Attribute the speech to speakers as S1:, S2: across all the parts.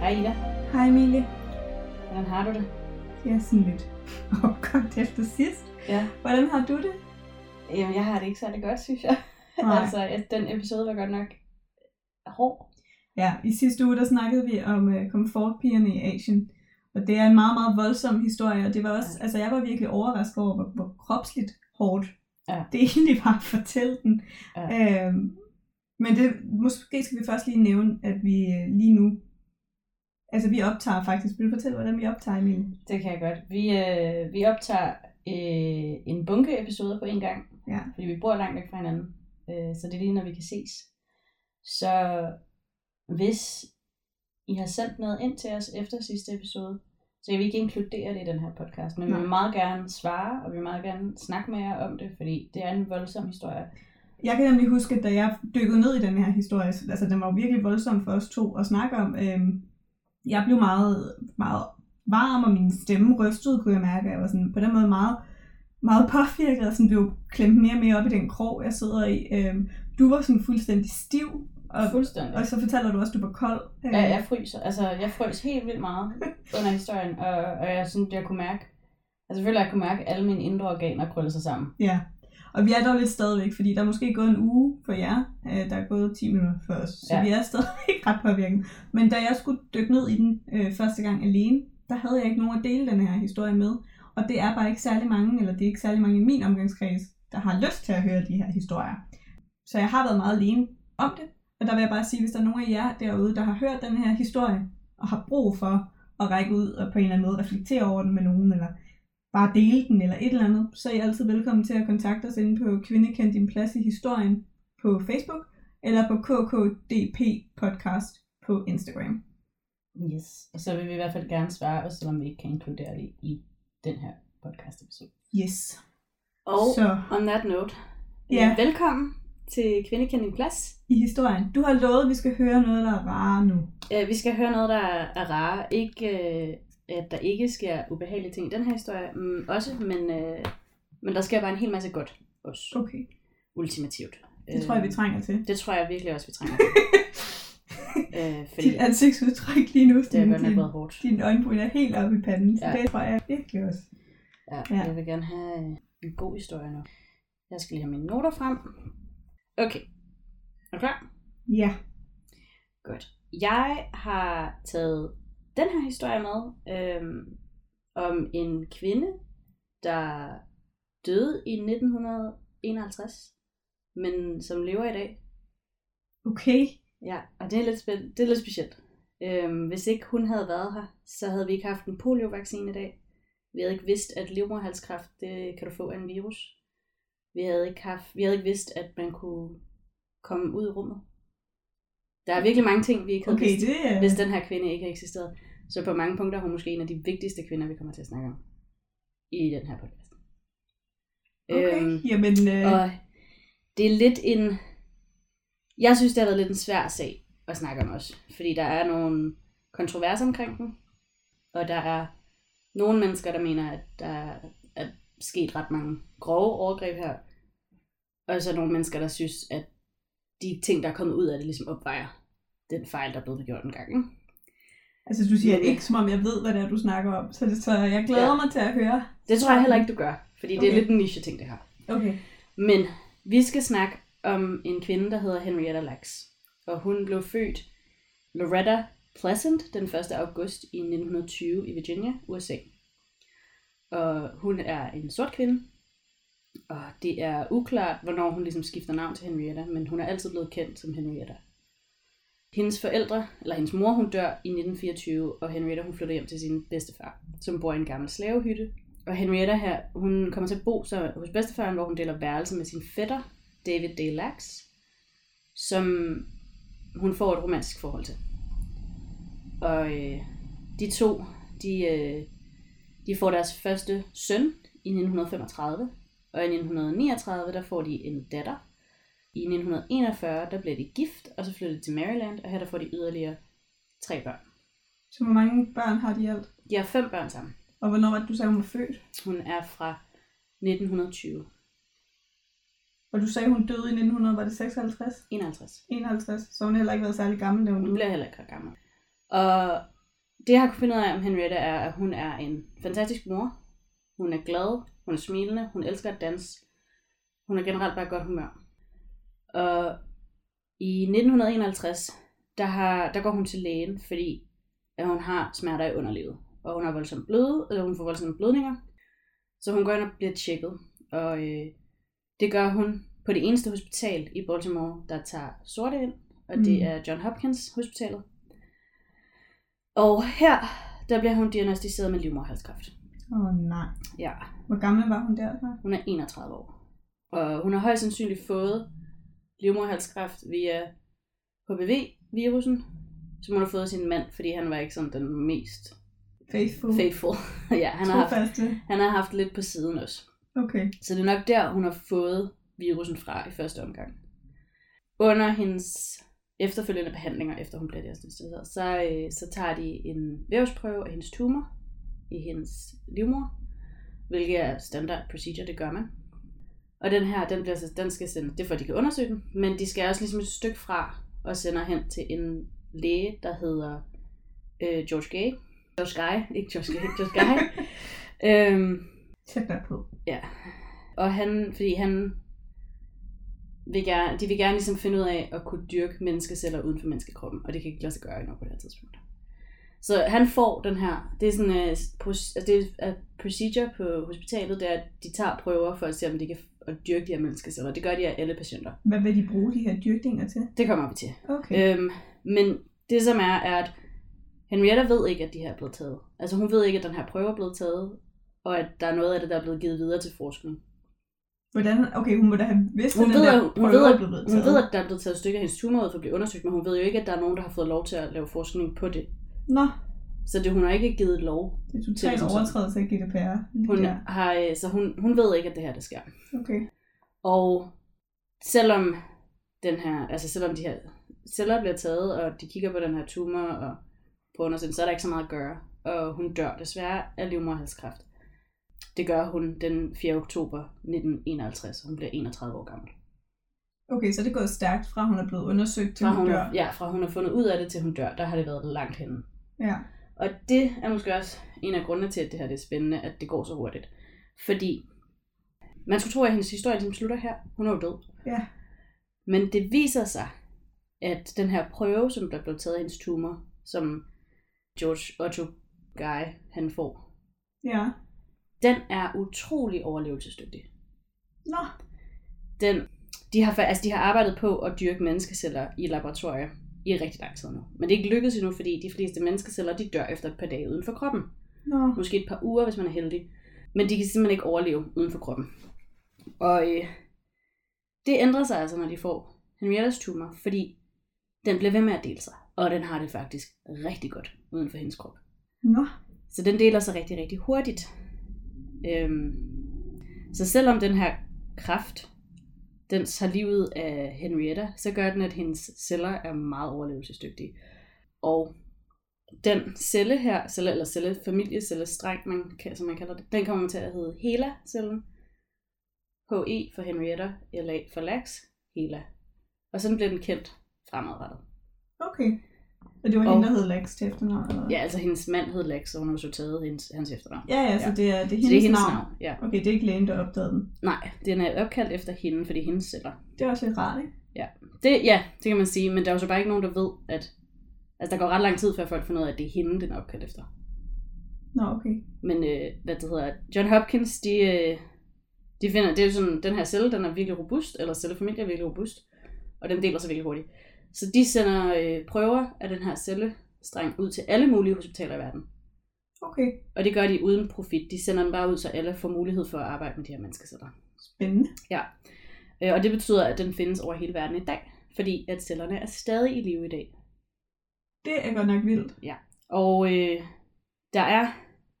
S1: Hej Ida,
S2: Hej Emilie.
S1: hvordan har du det?
S2: Jeg er sådan lidt opkogt efter sidst.
S1: Ja.
S2: Hvordan har du det?
S1: Jamen, jeg har det ikke særlig godt, synes jeg. altså, at den episode var godt nok hård.
S2: Ja, i sidste uge der snakkede vi om øh, komfortpigerne i Asien. Og det er en meget, meget voldsom historie, og det var også,
S1: Ja.
S2: altså jeg var virkelig overrasket over, hvor, hvor kropsligt hårdt
S1: Ja.
S2: det egentlig var at fortælle den.
S1: Ja.
S2: Øhm, men det, måske skal vi først lige nævne, at vi øh, lige nu, altså vi optager faktisk, vil du fortælle, hvordan vi optager, Emilie?
S1: Det kan jeg godt. Vi, øh, vi optager øh, en bunke episoder på en gang,
S2: Ja.
S1: fordi vi bor langt væk fra hinanden. Øh, så det er lige, når vi kan ses. Så hvis I har sendt noget ind til os efter sidste episode, så kan vi ikke inkludere det i den her podcast. Men vi
S2: Nej.
S1: vil meget gerne svare, og vi vil meget gerne snakke med jer om det, fordi det er en voldsom historie.
S2: Jeg kan nemlig huske, at da jeg dykkede ned i den her historie, altså den var jo virkelig voldsom for os to at snakke om. Øhm, jeg blev meget, meget varm, og min stemme rystede, kunne jeg mærke. Jeg var sådan, på den måde meget, meget påvirket, og sådan blev klemt mere og mere op i den krog, jeg sidder i. Øhm, du var sådan fuldstændig stiv, og,
S1: Fuldstændig.
S2: og så fortæller du også, at du var kold. Øhm,
S1: Ja, jeg fryser. Altså, jeg frøs helt vildt meget under historien, og, og jeg synes, jeg kunne mærke, altså selvfølgelig, jeg kunne mærke, at alle mine indre organer krøllede sig sammen.
S2: ja. Og vi er dog lidt stadigvæk, fordi der er måske gået en uge for jer. Øh, der er gået 10 minutter for os, så
S1: Ja.
S2: ja. vi er stadigvæk ret påvirket. Men da jeg skulle dykke ned i den øh, første gang alene, der havde jeg ikke nogen at dele den her historie med. Og det er bare ikke særlig mange, eller det er ikke særlig mange i min omgangskreds, der har lyst til at høre de her historier. Så jeg har været meget alene om det. Og der vil jeg bare sige, hvis der er nogen af jer derude, der har hørt den her historie, og har brug for at række ud og på en eller anden måde reflektere over den med nogen, eller bare dele den, eller et eller andet, så er I altid velkommen til at kontakte os inde på Kvinde Kend Din Plads i Historien på Facebook, eller på KKDP Podcast på Instagram.
S1: Yes. Og så vil vi i hvert fald gerne svare, også selvom vi ikke kan inkludere det i den her podcast episode.
S2: Yes.
S1: Og
S2: Så
S1: on that note,
S2: Ja.
S1: øh, velkommen til Kvinde Kend Din Plads.
S2: i historien. Du har lovet, at vi skal høre noget, der er rare nu.
S1: Øh, vi skal høre noget, der er er rare. Ikke, øh, at der ikke sker ubehagelige ting i den her historie mm, også, men, øh, men der sker bare en hel masse godt også,
S2: Okay.
S1: ultimativt.
S2: Det tror jeg,
S1: Øh,
S2: vi trænger til.
S1: Det tror jeg virkelig også, vi trænger. øh, fordi
S2: Dit ansigtsudtryk lige nu,
S1: det er
S2: din-
S1: godt nok
S2: din-
S1: været hårdt.
S2: Din øjenbryn er helt oppe i panden, så
S1: Ja.
S2: ja. det tror jeg virkelig også.
S1: Ja,
S2: Ja.
S1: Jeg vil gerne have øh, en god historie nu. Jeg skal lige have mine noter frem. Okay. Er du klar?
S2: Ja.
S1: Godt. Jeg har taget den her historie med øhm, om en kvinde, der døde i 1951, men som lever i dag.
S2: Okay.
S1: Ja, og det er lidt, spænd- det er lidt specielt. Øhm, hvis ikke hun havde været her, så havde vi ikke haft en poliovaccine i dag. Vi havde ikke vidst, at livmoderhalskræft, det kan du få af en virus. Vi havde ikke, haft, vi havde ikke vidst, at man kunne komme ud i rummet. Der er virkelig mange ting, vi ikke havde
S2: Okay,
S1: vidst,
S2: det er...
S1: hvis den her kvinde ikke havde eksisteret. Så på mange punkter er hun måske en af de vigtigste kvinder, vi kommer til at snakke om i den her podcast.
S2: Okay,
S1: Øhm,
S2: jamen... Øh,
S1: og det er lidt en... Jeg synes, det har været lidt en svær sag at snakke om også. Fordi der er nogle kontroverser omkring den. Og der er nogle mennesker, der mener, at der er sket ret mange grove overgreb her. Og så er nogle mennesker, der synes, at de ting, der er kommet ud af det, ligesom opvejer den fejl, der er blevet gjort en gang. Ikke?
S2: altså, du siger
S1: men, øh,
S2: ikke, som om jeg ved, hvad det er, du snakker om, så, det, så jeg glæder
S1: Ja.
S2: mig til at høre.
S1: Det tror jeg heller ikke, du gør. Fordi det er
S2: Okay.
S1: lidt en niche-ting, det her.
S2: Okay.
S1: Men vi skal snakke om en kvinde, der hedder Henrietta Lacks. Og hun blev født Loretta Pleasant den 1. august i 1920 i Virginia, USA. Og hun er en sort kvinde. Og det er uklart, hvornår hun ligesom skifter navn til Henrietta, men hun er altid blevet kendt som Henrietta. Hendes forældre, eller hendes mor, hun dør i 1924, og Henrietta hun flytter hjem til sin bedstefar, som bor i en gammel slavehytte. Og Henrietta her, hun kommer til at bo så, hos bedstefaren, hvor hun deler værelse med sin fætter, David D. Lacks, som hun får et romantisk forhold til. Og øh, de to, de, øh, de får deres første søn i 1935, og i 1939, der får de en datter, i 1941, der blev de gift, og så flyttede de til Maryland, og her der får de yderligere tre børn.
S2: Så hvor mange børn har de i alt?
S1: De har fem børn sammen.
S2: Og hvornår var det, du sagde, hun var født?
S1: Hun er fra 1920.
S2: Og du sagde, hun døde i 1900, var det 56?
S1: 51.
S2: 51? Så hun har heller ikke været særlig gammel, da hun
S1: Hun
S2: døde.
S1: bliver heller ikke ret gammel. Og det, jeg har kunnet finde ud af om Henrietta, er, at hun er en fantastisk mor. Hun er glad, hun er smilende, hun elsker at danse. Hun er generelt bare i godt humør. Og i 1951, der, har, der går hun til lægen, fordi at hun har smerter i underlivet. Og hun, har voldsomt bløde, eller hun får voldsomme blødninger. Så hun går ind og bliver tjekket. Og øh, det gør hun på det eneste hospital i Baltimore, der tager sorte ind. Og det
S2: Mm.
S1: er John Hopkins Hospitalet. Og her, der bliver hun diagnostiseret med livmoderhalskræft.
S2: Åh oh, nej.
S1: Ja,
S2: Hvor gammel var hun der så?
S1: hun er 31 år. Og hun har højst sandsynligt fået livmoderhalskræft via HPV-virusen, som hun har fået af sin mand, fordi han var ikke sådan den mest
S2: Faithful.
S1: faithful. ja, han har, haft,
S2: Trofaste.
S1: han har haft lidt på siden også.
S2: Okay.
S1: Så det er nok der, hun har fået virusen fra i første omgang. Under hendes efterfølgende behandlinger, efter hun bliver diagnostiseret, så, øh, så tager de en vævsprøve af hendes tumor i hendes livmor, hvilket er standard procedure, det gør man. Og den her, den, bliver så, den skal sendes, det er for, at de kan undersøge den, men de skal også ligesom et stykke fra og sender hen til en læge, der hedder øh, George Gay. George Guy, ikke George Gay, George Guy. øhm,
S2: Tæt der på.
S1: Ja. Og han, fordi han vil gerne, de vil gerne ligesom finde ud af at kunne dyrke menneskeceller uden for menneskekroppen, og det kan ikke lade sig gøre endnu på det her tidspunkt. Så han får den her, det er sådan en altså det er en procedure på hospitalet, det er, at de tager prøver for at se, om de kan f- at dyrke de her menneskeceller. Det gør de af alle patienter.
S2: Hvad vil de bruge de her dyrkninger til?
S1: Det kommer vi til.
S2: Okay.
S1: Øhm, men det som er, er at Henrietta ved ikke, at de her er blevet taget. Altså hun ved ikke, at den her prøve er blevet taget, og at der er noget af det, der er blevet givet videre til forskning.
S2: Hvordan? Okay, hun må da have vidst,
S1: Hun
S2: at den
S1: ved,
S2: der
S1: at- hun
S2: prøve
S1: ved, at-
S2: er blevet
S1: Hun
S2: taget.
S1: ved, at der er blevet taget stykker af hendes tumor ud for at blive undersøgt, men hun ved jo ikke, at der er nogen, der har fået lov til at lave forskning på det.
S2: Nå,
S1: Så det, hun har ikke givet lov.
S2: det er
S1: Det er
S2: totalt
S1: som
S2: overtrædelse af GDPR. lige
S1: Hun
S2: der.
S1: har, øh, så hun, hun ved ikke, at det her der sker.
S2: Okay.
S1: Og selvom den her, altså selvom de her celler bliver taget, og de kigger på den her tumor og på undersøgelsen, så er der ikke så meget at gøre. Og hun dør desværre af livmoderhalskræft. Det gør hun den 4. oktober 1951. Hun bliver 31 år gammel.
S2: Okay, så det er gået stærkt fra, hun er blevet undersøgt til
S1: Fra
S2: hun,
S1: hun,
S2: dør.
S1: ja, fra hun har fundet ud af det, til hun dør, der har det været langt henne.
S2: Ja.
S1: Og det er måske også en af grundene til, at det her det er spændende, at det går så hurtigt. Fordi man skulle tro, at hendes historie ligesom slutter her. Hun er jo død.
S2: Ja.
S1: Men det viser sig, at den her prøve, som der blev taget af hendes tumor, som George Otto Guy, han får,
S2: Ja.
S1: den er utrolig overlevelsesdygtig.
S2: Nå,
S1: Den, de, har, fa- altså de har arbejdet på at dyrke menneskeceller i laboratorier i rigtig lang tid nu. Men det er ikke lykkedes endnu, fordi de fleste menneskeceller, de dør efter et par dage uden for kroppen.
S2: nå.
S1: måske et par uger, hvis man er heldig. Men de kan simpelthen ikke overleve uden for kroppen. Og øh, det ændrer sig altså, når de får Henriettas tumor, fordi den bliver ved med at dele sig. Og den har det faktisk rigtig godt uden for hendes krop.
S2: Nå.
S1: Så den deler sig rigtig, rigtig hurtigt. Øhm, så selvom den her kraft, den tager livet af Henrietta, så gør den, at hendes celler er meget overlevelsesdygtige. Og den celle her, celle, eller celle, familieceller man, kan- som man kalder det, den kommer til at hedde HeLa-cellen. HE for Henrietta, LA for Lax, HeLa. Og sådan bliver den kendt fremadrettet.
S2: Okay. Og det var
S1: Og-
S2: hende, der hed Lex til efternavn? Eller?
S1: Ja, altså hendes mand hed Lax, så hun har så taget hendes, hans efternavn.
S2: ja, ja, så det er, det er
S1: Så
S2: hendes,
S1: det er hendes
S2: navn.
S1: navn. Ja.
S2: Okay, det er ikke lægen, der opdagede den.
S1: Nej, den er opkaldt efter hende, fordi hendes celler.
S2: Det er også lidt rart, ikke?
S1: Det, ja, det kan man sige, men der er jo så bare ikke nogen, der ved, at... Altså, der går ret lang tid, før folk finder ud af, at det er hende, den er opkaldt efter.
S2: Nå, okay.
S1: Men, øh, hvad det hedder, John Hopkins, de, øh, de finder, det er jo sådan, den her celle, den er virkelig robust, eller cellefamilie er virkelig robust, og den deler sig virkelig hurtigt. Så de sender øh, prøver af den her cellestreng ud til alle mulige hospitaler i verden.
S2: Okay.
S1: Og det gør de uden profit. De sender dem bare ud, så alle får mulighed for at arbejde med de her menneskeceller.
S2: Spændende.
S1: Øh, Og det betyder, at den findes over hele verden i dag, fordi at cellerne er stadig i live i dag.
S2: Det er godt nok vildt.
S1: Og øh, der er,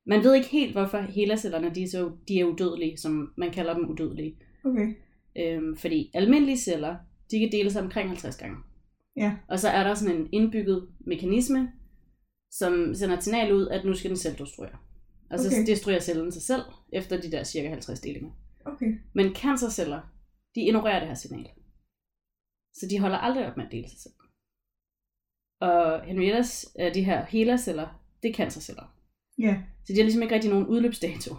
S1: man ved ikke helt, hvorfor helacellerne, de er, så, de er udødelige, som man kalder dem udødelige.
S2: Okay.
S1: Øhm, fordi almindelige celler, de kan dele sig omkring 50 gange.
S2: Ja.
S1: Og så er der sådan en indbygget mekanisme, som sender et signal ud, at nu skal den selv destruere. Og så
S2: Okay.
S1: okay. destruerer cellen sig selv, efter de der cirka 50 delinger.
S2: Okay.
S1: Men cancerceller, de ignorerer det her signal. Så de holder aldrig op med at dele sig selv. Og Henriettas, øh, de her helerceller, det er cancerceller.
S2: Ja.
S1: Så de har ligesom ikke rigtig nogen udløbsdato.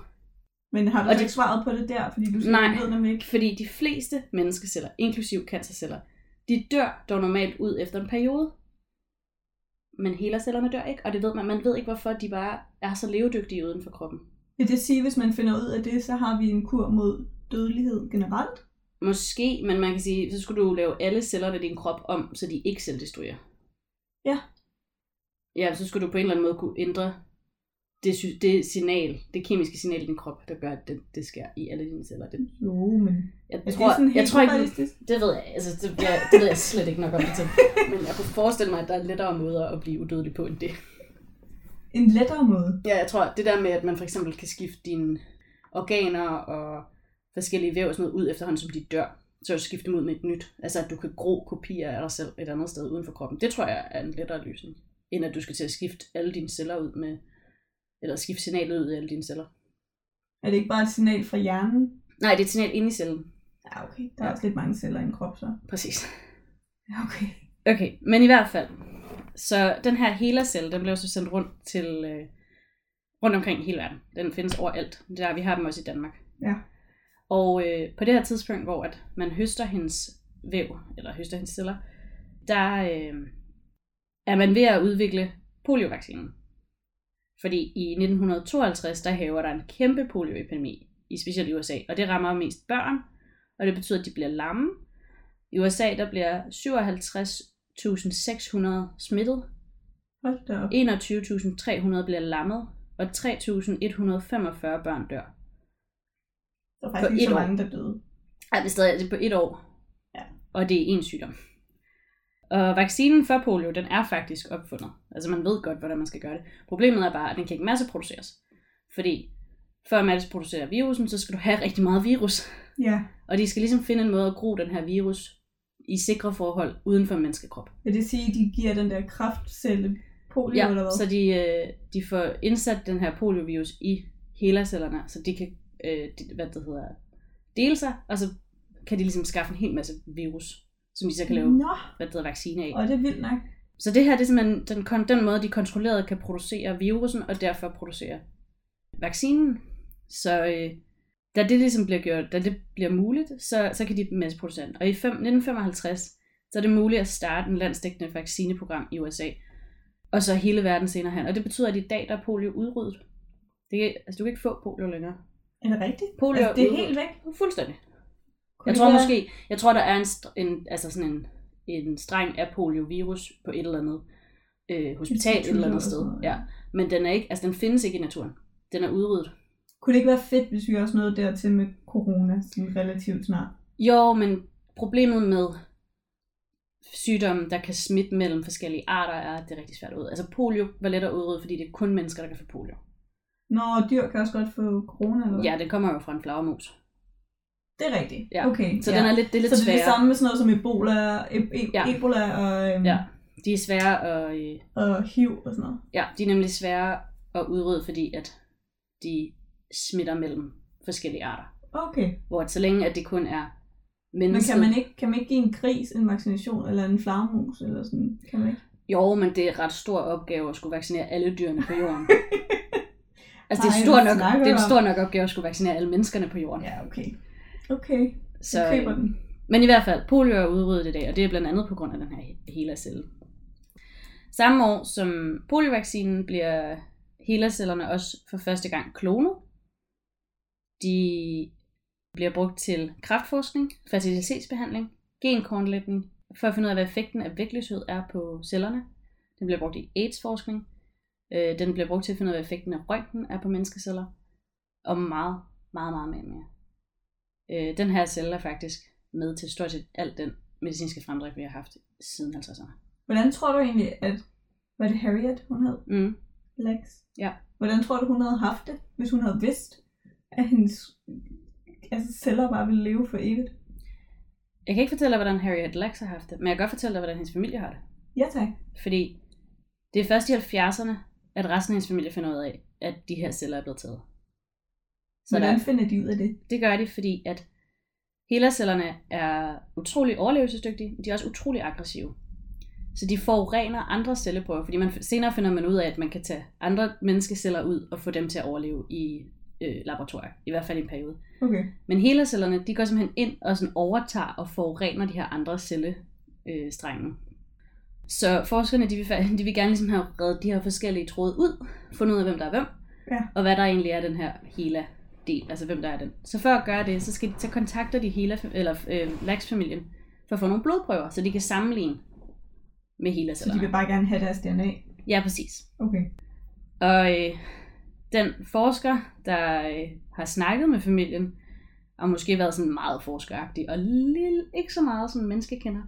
S2: Men har du
S1: Og
S2: så
S1: det-
S2: ikke svaret på det der, fordi du siger,
S1: Nej.
S2: du ved nemlig ikke?
S1: Fordi de fleste menneskeceller, inklusiv cancerceller, de dør dog normalt ud efter en periode. Men helercellerne dør ikke, og det ved man. Man ved ikke, hvorfor de bare er så levedygtige uden for kroppen.
S2: Vil det sige, hvis man finder ud af det, så har vi en kur mod dødelighed generelt?
S1: Måske, men man kan sige, så skulle du lave alle cellerne i din krop om, så de ikke selv destruerer.
S2: Ja.
S1: Ja, så skulle du på en eller anden måde kunne ændre det, sy- det signal, det kemiske signal i din krop, der gør, at det, det sker i alle dine celler. Det,
S2: Jo, men...
S1: jeg,
S2: Er
S1: tror,
S2: det sådan helt
S1: jeg tror ikke,
S2: urealistisk?
S1: Det ved jeg, altså, det, jeg, det ved jeg slet ikke nok om det til. Men jeg kunne forestille mig, at der er lettere måder at blive udødelig på end det.
S2: En lettere måde.
S1: Ja, jeg tror, at det der med, at man for eksempel kan skifte dine organer og forskellige væv og sådan noget ud efterhånden, som de dør, så du skifte dem ud med et nyt. Altså, at du kan gro kopier af dig selv et andet sted uden for kroppen. Det tror jeg er en lettere løsning, end at du skal til at skifte alle dine celler ud med, eller skifte signalet ud i alle dine celler.
S2: Er det ikke bare et signal fra hjernen?
S1: Nej, det er et signal inde i cellen.
S2: Ja, okay. Der er
S1: Ja.
S2: også lidt mange celler i en krop, så.
S1: Præcis.
S2: Ja, okay.
S1: Okay, men i hvert fald. Så den her helercelle, den blev så sendt rundt til øh, rundt omkring i hele verden. Den findes overalt. Det er der, vi har dem også i Danmark.
S2: Ja.
S1: Og øh, på det her tidspunkt, hvor at man høster hendes væv, eller høster hendes celler, der øh, er man ved at udvikle poliovaccinen. Fordi i 1952, der hæver der en kæmpe polioepidemi, i specielt i USA, og det rammer mest børn, og det betyder, at de bliver lamme. I USA, der bliver 57.600 smittet,
S2: Hold da op.
S1: 21.300 bliver lammet, og 3.145 børn dør.
S2: Der er faktisk
S1: på
S2: ikke så
S1: et år.
S2: mange, der døde.
S1: Ej, det er stadig det er på et år.
S2: Ja.
S1: Og det er én sygdom. Og vaccinen for polio, den er faktisk opfundet. Altså man ved godt, hvordan man skal gøre det. Problemet er bare, at den kan ikke masseproduceres. Fordi før man masseproducerer virusen, så skal du have rigtig meget virus.
S2: Ja.
S1: Og de skal ligesom finde en måde at gro den her virus i sikre forhold uden for en menneskekrop.
S2: Vil det sige, at de giver den der kraftcelle polio, eller
S1: Ja,
S2: hvad?
S1: så de, øh, de får indsat den her poliovirus i helercellerne, så de kan øh, de, hvad det hedder, dele sig, og så kan de ligesom skaffe en hel masse virus, som de så kan lave
S2: Nå,
S1: hvad det hedder, vaccine af.
S2: Mm. og det er vildt nok.
S1: Så det her det er simpelthen den, kon- den måde, de kontrolleret kan producere virusen, og derfor producere vaccinen. Så øh, da det ligesom bliver gjort, da det bliver muligt, så, så kan de masseproducere den. Og i fem, 1955, så er det muligt at starte en landsdækkende vaccineprogram i USA, og så hele verden senere hen. Og det betyder, at i dag der er polio udryddet. Det kan, altså, du kan ikke få polio længere.
S2: Er det rigtigt?
S1: Polio
S2: Altså, det er
S1: udryddet.
S2: helt væk.
S1: Fuldstændig.
S2: Kunne
S1: Jeg
S2: det
S1: tror
S2: være-
S1: måske, jeg tror, der er en, str- en altså sådan en, en streng af poliovirus på et eller andet øh, hospital et eller andet sted. Ja. Men den er ikke, altså den findes ikke i naturen. Den er udryddet.
S2: Kunne det ikke være fedt, hvis vi også nåede dertil med corona sådan relativt snart?
S1: Jo, men problemet med sygdomme, der kan smitte mellem forskellige arter, er, at det er rigtig svært ud. Altså polio var let at udrydde, fordi det er kun mennesker, der kan få polio.
S2: Nå, dyr kan også godt få corona, eller hvad?
S1: Ja, det kommer jo fra en flagermus.
S2: Det er rigtigt.
S1: Ja.
S2: Okay.
S1: Så den er lidt, det er lidt
S2: så det er ligesom- det
S1: sværere.
S2: samme med sådan noget som Ebola, e- e-
S1: Ja.
S2: Ebola og, øhm,
S1: Ja. De er svære at, øh,
S2: og HIV og sådan noget.
S1: Ja, de er nemlig svære at udrydde, fordi at de smitter mellem forskellige arter.
S2: Okay.
S1: Hvor at så længe at det kun er
S2: Men
S1: mennesket...
S2: kan man, ikke, kan man ikke give en gris en vaccination, eller en flagmus, eller sådan? Kan man ikke?
S1: Jo, men det er en ret stor opgave at skulle vaccinere alle dyrene på jorden. altså, det er,
S2: Ej,
S1: stor
S2: hvad
S1: nok, det
S2: snakker
S1: er
S2: du
S1: en
S2: om?
S1: stor nok opgave at skulle vaccinere alle menneskerne på jorden.
S2: Ja, okay. Okay, så
S1: så,
S2: jeg køber
S1: øh,
S2: den.
S1: Men i hvert fald, polio er udryddet i dag, og det er blandt andet på grund af den her helercelle. Samme år som poliovaccinen bliver helercellerne også for første gang klonet. De bliver brugt til kraftforskning, fertilitetsbehandling, genkortlægning, for at finde ud af, hvad effekten af vægtløshed er på cellerne. Den bliver brugt i AIDS-forskning. Øh, Den bliver brugt til at finde ud af, hvad effekten af røntgen er på menneskeceller. Og meget, meget, meget mere. mere. Øh, Den her celle er faktisk med til stort set alt den medicinske fremdrift, vi har haft siden 50'erne.
S2: Hvordan tror du egentlig, at... Var det Harriet, hun hed?
S1: Mm.
S2: Lex?
S1: Ja.
S2: Hvordan tror du, hun havde haft det, hvis hun havde vidst, at hendes altså, celler bare ville leve for evigt?
S1: Jeg kan ikke fortælle dig, hvordan Harriet Lacks har haft det, men jeg kan godt fortælle dig, hvordan hendes familie har det.
S2: Ja, tak.
S1: Fordi det er først i 70'erne, at resten af hendes familie finder ud af, at de her celler er blevet taget.
S2: Så
S1: Så
S2: Hvordan
S1: der,
S2: finder de ud af det?
S1: det gør de, fordi at helercellerne er utrolig overlevelsesdygtige, men de er også utrolig aggressive. Så de forurener andre celleprøver, fordi man, senere finder man ud af, at man kan tage andre menneskeceller ud og få dem til at overleve i øh, laboratorier, i hvert fald i en periode.
S2: Okay.
S1: Men helercellerne, de går simpelthen ind og sådan overtager og forurener de her andre cellestrenge. Øh, strenge. så forskerne, de vil, fa- de vil gerne ligesom have reddet de her forskellige tråde ud, fundet ud af, hvem der er hvem,
S2: Ja.
S1: og hvad der egentlig er den her hela-del, altså hvem der er den. Så for at gøre det, så, skal de, så kontakter de hela, eller øh, laksfamilien for at få nogle blodprøver, så de kan sammenligne med
S2: Så de
S1: helacellerne.
S2: vil bare gerne have deres DNA.
S1: Ja, præcis.
S2: Okay.
S1: Og øh, den forsker, der øh, har snakket med familien, og måske været sådan meget forskeragtig, og lille, ikke så meget som menneskekender.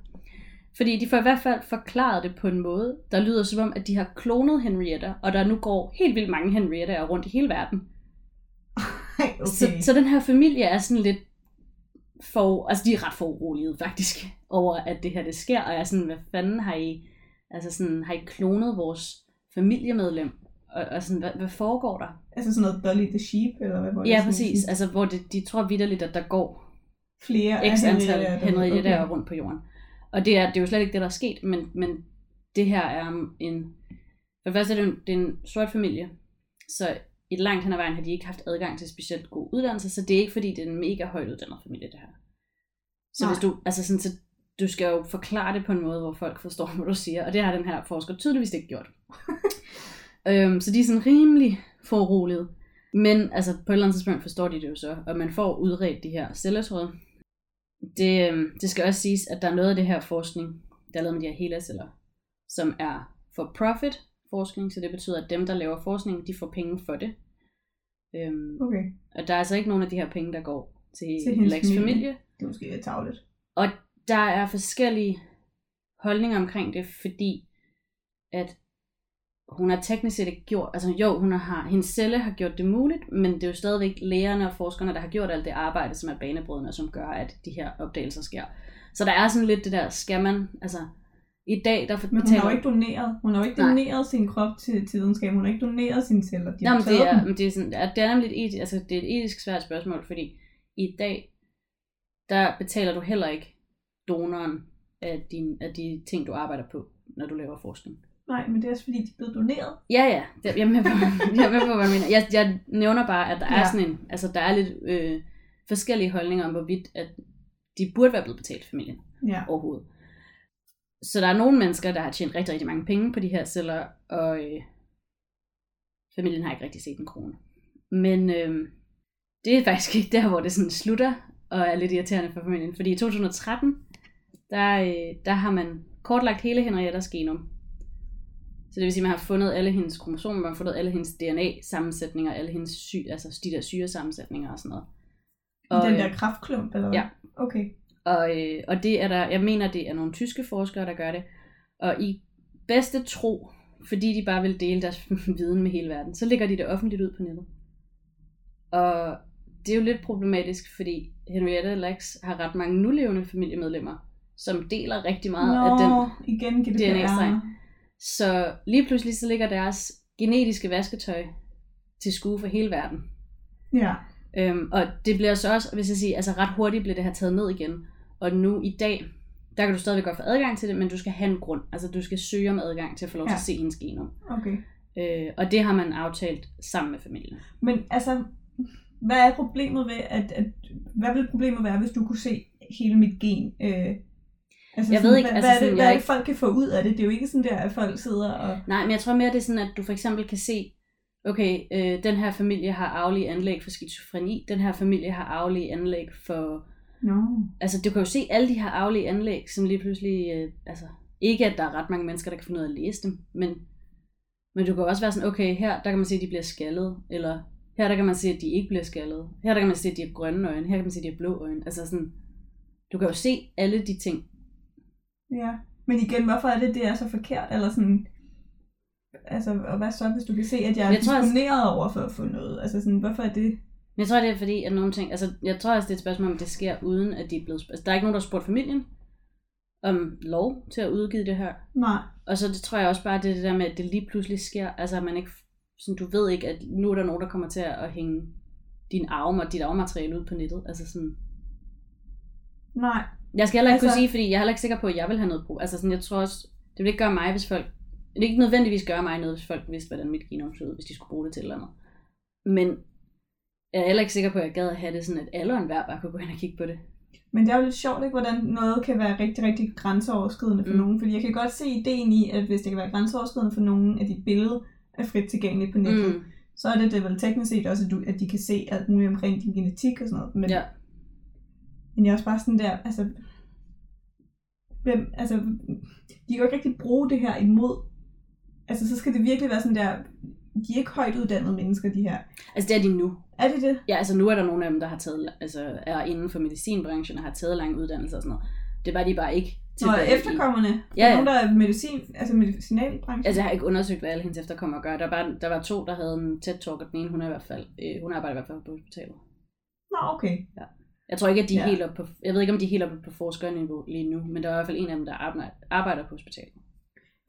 S1: Fordi de får i hvert fald forklaret det på en måde, der lyder som om, at de har klonet Henrietta, og der nu går helt vildt mange Henriettaer rundt i hele verden.
S2: Ej,
S1: Okay. Så, så den her familie er sådan lidt for, altså de er ret foruroliget faktisk, over at det her det sker, og jeg er sådan, hvad fanden har I, altså sådan, har I klonet vores familiemedlem? Og, og sådan, hvad, hvad foregår der?
S2: Altså sådan noget Dolly the Sheep, eller hvad? hvor det
S1: Ja,
S2: sådan-
S1: præcis.
S2: sådan
S1: Altså, hvor det, de tror vidderligt, at der går
S2: Flere af
S1: x antal
S2: Henriettaer,
S1: Henriette okay. der
S2: okay.
S1: rundt på jorden. Og det er, det er jo slet ikke det, der er sket, men, men det her er en... For det første er det, jo en, det er en sort familie, så i langt hen ad vejen har de ikke haft adgang til specielt god uddannelse, så det er ikke fordi, det er en mega højt uddannet familie, det her. Så
S2: Nej.
S1: hvis du, altså sådan, så du skal jo forklare det på en måde, hvor folk forstår, hvad du siger, og det har den her forsker tydeligvis ikke gjort. øhm, så de er sådan rimelig foruroliget. Men altså, på et eller andet tidspunkt forstår de det jo så, og man får udredt de her celletråde. Det, øhm, det skal også siges, at der er noget af det her forskning, der er lavet med de her helaceller, som er for profit forskning, så det betyder, at dem, der laver forskning, de får penge for det. Øhm,
S2: Okay,
S1: og der er altså ikke nogen af de her penge, der går til,
S2: Mm. Til
S1: til
S2: hendes
S1: Laks
S2: familie.
S1: familie.
S2: det er måske lidt tavligt.
S1: Der er forskellige holdninger omkring det, fordi at hun har teknisk set ikke gjort, altså jo, hun har, hendes celle har gjort det muligt, men det er jo stadigvæk lægerne og forskerne, der har gjort alt det arbejde, som er banebrydende, og som gør, at de her opdagelser sker. Så der er sådan lidt det der, skal man, altså, i dag, der
S2: Men hun har
S1: betaler-
S2: jo ikke doneret. Hun har jo ikke
S1: Nej.
S2: doneret sin krop til, til videnskab. Hun har ikke doneret sine celler. De
S1: Nå,
S2: har
S1: men
S2: taget
S1: det er,
S2: dem.
S1: men det er, sådan, at det er nemlig et etisk, altså det er et etisk svært spørgsmål, fordi i dag, der betaler du heller ikke donoren af, din, af de ting, du arbejder på, når du laver forskning.
S2: Nej, men det er også fordi, de er blevet doneret.
S1: Ja, ja, det, jeg er med på, jeg er med på hvad du mener. Jeg, jeg nævner bare, at der ja. er
S2: Ja.
S1: sådan en, altså der er lidt øh, forskellige holdninger om, hvorvidt at de burde være blevet betalt familien
S2: Ja.
S1: overhovedet. Så der er nogle mennesker, der har tjent rigtig, rigtig mange penge på de her celler, og øh, familien har ikke rigtig set en krone. Men øh, det er faktisk ikke der, hvor det sådan slutter, og er lidt irriterende for familien. Fordi i 2013, der, øh, der har man kortlagt hele Henriettas genom. Så det vil sige, at man har fundet alle hendes kromosomer, man har fundet alle hendes DNA-sammensætninger, alle hendes sy altså de der syresammensætninger og sådan noget.
S2: Og, den
S1: øh,
S2: der kraftklump, eller hvad?
S1: ja.
S2: Okay.
S1: og, øh, og det er der, jeg mener, det er nogle tyske forskere, der gør det. Og i bedste tro, fordi de bare vil dele deres viden med hele verden, så lægger de det offentligt ud på nettet. Og det er jo lidt problematisk, fordi Henrietta Lacks har ret mange nulevende familiemedlemmer, som deler rigtig meget
S2: Nå,
S1: af den.
S2: igen
S1: DNA-streng.
S2: GDPR.
S1: Så lige pludselig så ligger deres genetiske vasketøj til skue for hele verden.
S2: Ja.
S1: Øhm, og det bliver så også, hvis jeg siger, altså ret hurtigt blev det her taget ned igen. Og nu i dag, der kan du stadigvæk godt få adgang til det, men du skal have en grund. Altså du skal søge om adgang til at få lov ja. til
S2: Ja.
S1: at se hendes genom.
S2: Okay.
S1: Øh, og det har man aftalt sammen med familien.
S2: Men altså, hvad er problemet ved, at, at hvad ville problemet være, hvis du kunne se hele mit gen? Øh, altså,
S1: Jeg ved ikke,
S2: hvad,
S1: altså
S2: hvad, er
S1: sådan,
S2: det, hvad
S1: jeg
S2: er
S1: er
S2: det, folk kan få ud af det? Det er jo ikke sådan der, at folk sidder og...
S1: Nej, men jeg tror mere, det er sådan, at du for eksempel kan se, okay, øh, den her familie har arvelige anlæg for skizofreni, den her familie har arvelige anlæg for...
S2: Nå,
S1: Altså du kan jo se alle de her arvelige anlæg, som lige pludselig... Øh, altså ikke, at der er ret mange mennesker, der kan finde ud af at læse dem, men Men du kan også være sådan, okay, her der kan man se, at de bliver skaldet, eller her der kan man se, at de ikke bliver skaldet. Her der kan man se, at de har grønne øjne, her kan man se, at de har blå øjne. Altså sådan, du kan jo se alle de ting.
S2: ja. Men igen, hvorfor er det, det er så forkert? Eller sådan, altså, og hvad så, hvis du kan se, at jeg er
S1: Jeg
S2: jeg
S1: tror, altså- jeg-
S2: disponeret over for at få noget? Altså sådan, hvorfor er det...
S1: Men jeg tror, det er fordi, at nogle ting, altså jeg tror også, det er et spørgsmål, om det sker uden, at de er blevet spurgt. Altså, der er ikke nogen, der har spurgt familien om lov til at udgive det her.
S2: Nej,
S1: Og så det tror jeg også bare, det er det der med, at det lige pludselig sker, altså at man ikke, sådan, du ved ikke, at nu er der nogen, der kommer til at hænge din arm og dit arvemateriale ud på nettet. Altså sådan,
S2: nej.
S1: Jeg skal heller ikke altså,
S2: Altså-
S1: kunne sige, fordi jeg er heller ikke sikker på, at jeg vil have noget brug. Altså sådan, jeg tror også, Det ville ikke gøre mig, hvis folk... Det ville ikke nødvendigvis gøre mig noget, hvis folk vidste, hvordan mit genom så ud, hvis de skulle bruge det til et eller andet. Men jeg er heller ikke sikker på, at jeg gad at have det sådan, at alle og enhver bare kunne gå hen og kigge på det.
S2: Men det er jo lidt sjovt, ikke, hvordan noget kan være rigtig, rigtig grænseoverskridende for
S1: Mm.
S2: mm. nogen. Fordi jeg kan godt se ideen i, at hvis det kan være grænseoverskridende for nogen, at dit billede er frit tilgængeligt på nettet, mm.
S1: Mm.
S2: så er det, det vel teknisk set også, at, du, at de kan se alt muligt omkring din genetik og sådan noget. Men,
S1: Ja.
S2: men jeg er også bare sådan der, altså, hvem, altså, de kan jo ikke rigtig bruge det her imod. Altså, så skal det virkelig være sådan der, de er ikke højt uddannede mennesker, de her.
S1: Altså det er de nu.
S2: Er det det?
S1: Ja, altså nu er der nogle af dem, der har taget, altså er inden for medicinbranchen og har taget lange uddannelser og sådan noget. Det var de bare ikke
S2: Nå,
S1: tilbage i.
S2: efterkommerne?
S1: Ja,
S2: Ja,
S1: ja.
S2: ja. Nogen, der er medicin, altså medicinalbranchen?
S1: Altså jeg har ikke undersøgt, hvad alle hendes efterkommere gør. Der var, der var to, der havde en tæt talk, og den ene, hun, er i hvert fald, øh, hun arbejder i hvert fald på hospitalet.
S2: Nå, okay.
S1: Jeg tror ikke, at de er
S2: Ja.
S1: helt op på, jeg ved ikke, om de er helt oppe på forskerniveau lige nu, men der er i hvert fald en af dem, der arbejder, arbejder på hospitalet.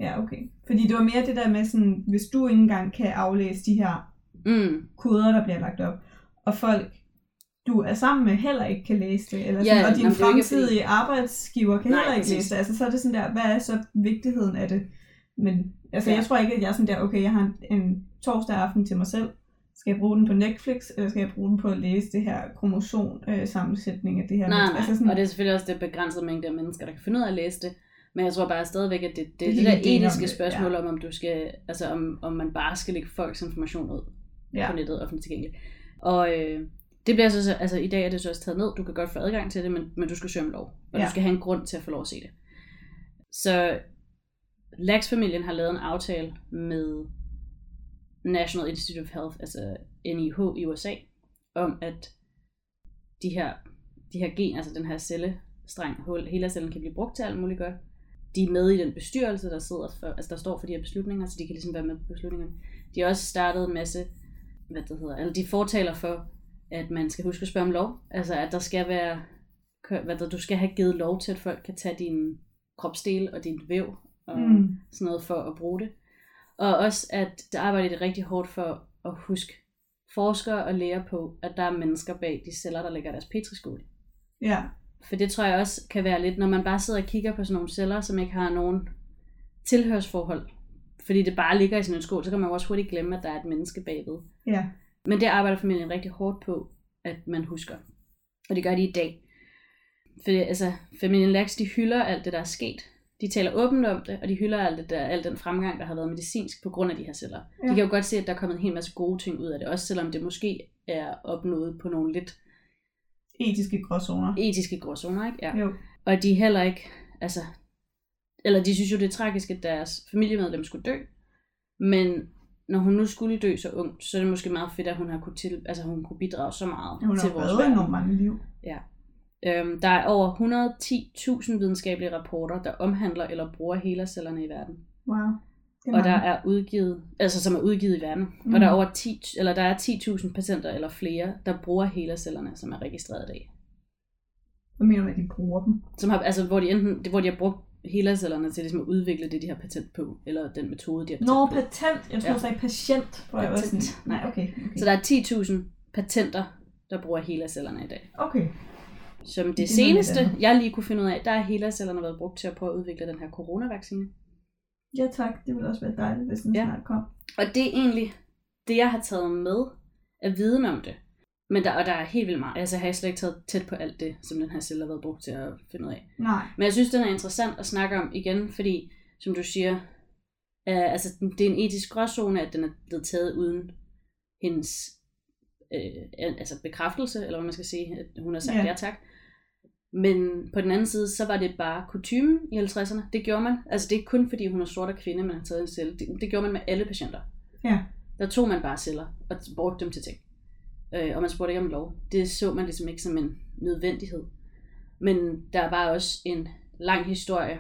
S2: Ja, okay. Fordi det var mere det der med sådan, hvis du ikke engang kan aflæse de her
S1: Mm.
S2: koder, der bliver lagt op, og folk, du er sammen med, heller ikke kan læse det, eller
S1: Ja,
S2: sådan, og
S1: jamen,
S2: din
S1: det er jo ikke,
S2: fremtidige fordi... arbejdsgiver kan
S1: Nej,
S2: Nej, heller ikke
S1: præcis.
S2: læse det. Altså, så er det sådan der, hvad er så vigtigheden af det? Men altså,
S1: Ja.
S2: ja. jeg tror ikke, at jeg er sådan der, okay, jeg har en, en torsdag aften til mig selv, skal jeg bruge den på Netflix, eller skal jeg bruge den på at læse det her kromosomsammensætning øh, sammensætning af det her?
S1: Nej,
S2: menneske? altså, sådan,
S1: nej. Og det er selvfølgelig også det begrænsede mængde af mennesker, der kan finde ud af at læse det. Men jeg tror bare stadigvæk, at det, det, det,
S2: er
S1: det der
S2: hele ideen om
S1: etiske
S2: det,
S1: spørgsmål om, om du skal, altså om, om man bare skal lægge folks information ud ja.
S2: Ja.
S1: på nettet offentligt tilgængeligt. Og øh, det bliver så, så- altså i dag er det så også taget ned, du kan godt få adgang til det, men, men du skal søge om lov, og ja.
S2: Ja.
S1: du skal have en grund til at få lov at se det. Så Lax-familien har lavet en aftale med National Institute of Health, altså NIH i USA, om at de her, de her gen, altså den her cellestreng, hul, hele cellen kan blive brugt til alt muligt godt. De er med i den bestyrelse, der sidder for, altså der står for de her beslutninger, så de kan ligesom være med på beslutningerne. De har også startet en masse, hvad det hedder, altså de fortaler for, at man skal huske at spørge om lov. Altså at der skal være, kø- hvad det, du skal have givet lov til, at folk kan tage din kropsdel og din væv og mm.
S2: mm,
S1: sådan noget for at bruge det. Og også at der arbejder det rigtig hårdt for at huske forskere og læger på, at der er mennesker bag de celler, der ligger i deres petriskål.
S2: ja.
S1: For det tror jeg også kan være lidt, når man bare sidder og kigger på sådan nogle celler, som ikke har nogen tilhørsforhold, fordi det bare ligger i sådan en skål, så kan man jo også hurtigt glemme, at der er et menneske bagved.
S2: Ja.
S1: Men det arbejder familien rigtig hårdt på, at man husker. Og det gør de i dag. For altså, familien Lax, de hylder alt det, der er sket. De taler åbent om det, og de hylder alt, det der, al den fremgang, der har været medicinsk på grund af de her celler. Ja.
S2: Ja.
S1: De kan jo godt se, at der er kommet en hel masse gode ting ud af det, også selvom det måske er opnået på nogle lidt
S2: Etiske gråzoner.
S1: etiske gråzoner, ikke? Ja.
S2: Jo.
S1: Og de er heller ikke, altså, eller de synes jo, det er tragisk, at deres familiemedlem skulle dø. Men når hun nu skulle dø så ung, så er det måske meget fedt, at hun har kunne, til, altså, hun kunne bidrage så meget
S2: Hun har
S1: til
S2: jo
S1: vores
S2: reddet
S1: verden.
S2: enormt mange liv.
S1: Øhm, der er over 110.000 videnskabelige rapporter, der omhandler eller bruger helercellerne i verden.
S2: Wow. Det
S1: Og der
S2: mange.
S1: er udgivet, altså som er udgivet i verden. Mm.
S2: Mhm.
S1: Og der er over 10, eller der er 10.000 patienter eller flere, der bruger helercellerne, som er registreret i dag.
S2: Hvad mener du med, at de bruger dem?
S1: som har, altså, hvor de enten, det, hvor de har brugt helercellerne til ligesom at udvikle det, de har patent på, eller den metode, de har patent
S2: Nå,
S1: på.
S2: patent. Jeg
S1: troede,
S2: tror
S1: du
S2: ja. sagde patient. For
S1: jeg
S2: jeg
S1: var
S2: var
S1: sådan,
S2: sådan, nej, okay. okay.
S1: Så der er 10.000 patenter, der bruger helercellerne i dag.
S2: okay.
S1: Som det,
S2: Det er
S1: det
S2: noget
S1: seneste,
S2: lidt andet.
S1: jeg lige kunne finde ud af, der er helercellerne været brugt til at prøve at udvikle den her coronavaccine.
S2: Ja tak, det ville også være dejligt, hvis den
S1: Ja.
S2: ja. snart kom.
S1: Og det er egentlig det, jeg har taget med af viden om det. Men der, og der er helt vildt meget. Altså, jeg har slet ikke taget tæt på alt det, som den her celle har været brugt til at finde ud af.
S2: Nej.
S1: Men jeg synes, den er interessant at snakke om igen, fordi, som du siger, øh, altså, den- det er en etisk gråzone, at den er blevet taget uden hendes øh, al- altså bekræftelse, eller hvad man skal sige, at hun har sagt ja,
S2: Ja.
S1: ja tak. Men på den anden side, så var det bare kutumen i 50'erne. Det gjorde man. Altså det er ikke kun fordi, hun er sort og kvinde, man har taget en celle. Det, det gjorde man med alle patienter.
S2: Ja.
S1: Der tog man bare celler og brugte dem til ting. Øh, og man spurgte ikke om lov. Det så man ligesom ikke som en nødvendighed. Men der var også en lang historie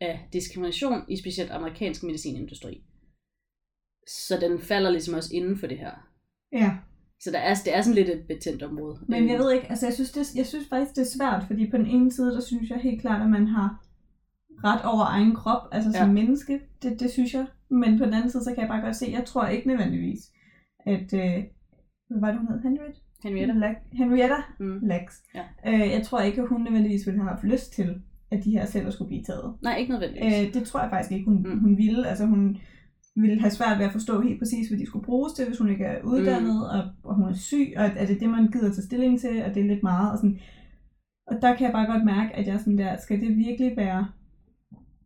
S1: af diskrimination i specielt amerikansk medicinindustri. Så den falder ligesom også inden for det her.
S2: Ja.
S1: Så der er, det er sådan lidt et betændt område. Øhm,
S2: Men jeg ved ikke, altså jeg synes, det, jeg synes faktisk, det er svært, fordi på den ene side, der synes jeg helt klart, at man har ret over egen krop, altså som
S1: Ja.
S2: menneske, det, det synes jeg. Men på den anden side, så kan jeg bare godt se, jeg tror ikke nødvendigvis, at, øh, hvad var det, hun hed? Henriette?
S1: Henriette.
S2: Lack- Henrietta
S1: Mm.
S2: Lacks.
S1: Ja.
S2: Øh, jeg tror ikke, at hun nødvendigvis ville have haft lyst til at de her celler skulle blive taget.
S1: Nej, ikke nødvendigvis. Øh,
S2: Øh, det tror jeg faktisk ikke, hun,
S1: Mm.
S2: mm. hun ville. Altså hun ville have svært ved at forstå helt præcis, hvad de skulle bruges til, hvis hun ikke er uddannet, mm. og, og hun er syg, og er det det, man gider tage stilling til, og det er lidt meget. Og, sådan. og der kan jeg bare godt mærke, at jeg er sådan der, skal det virkelig være,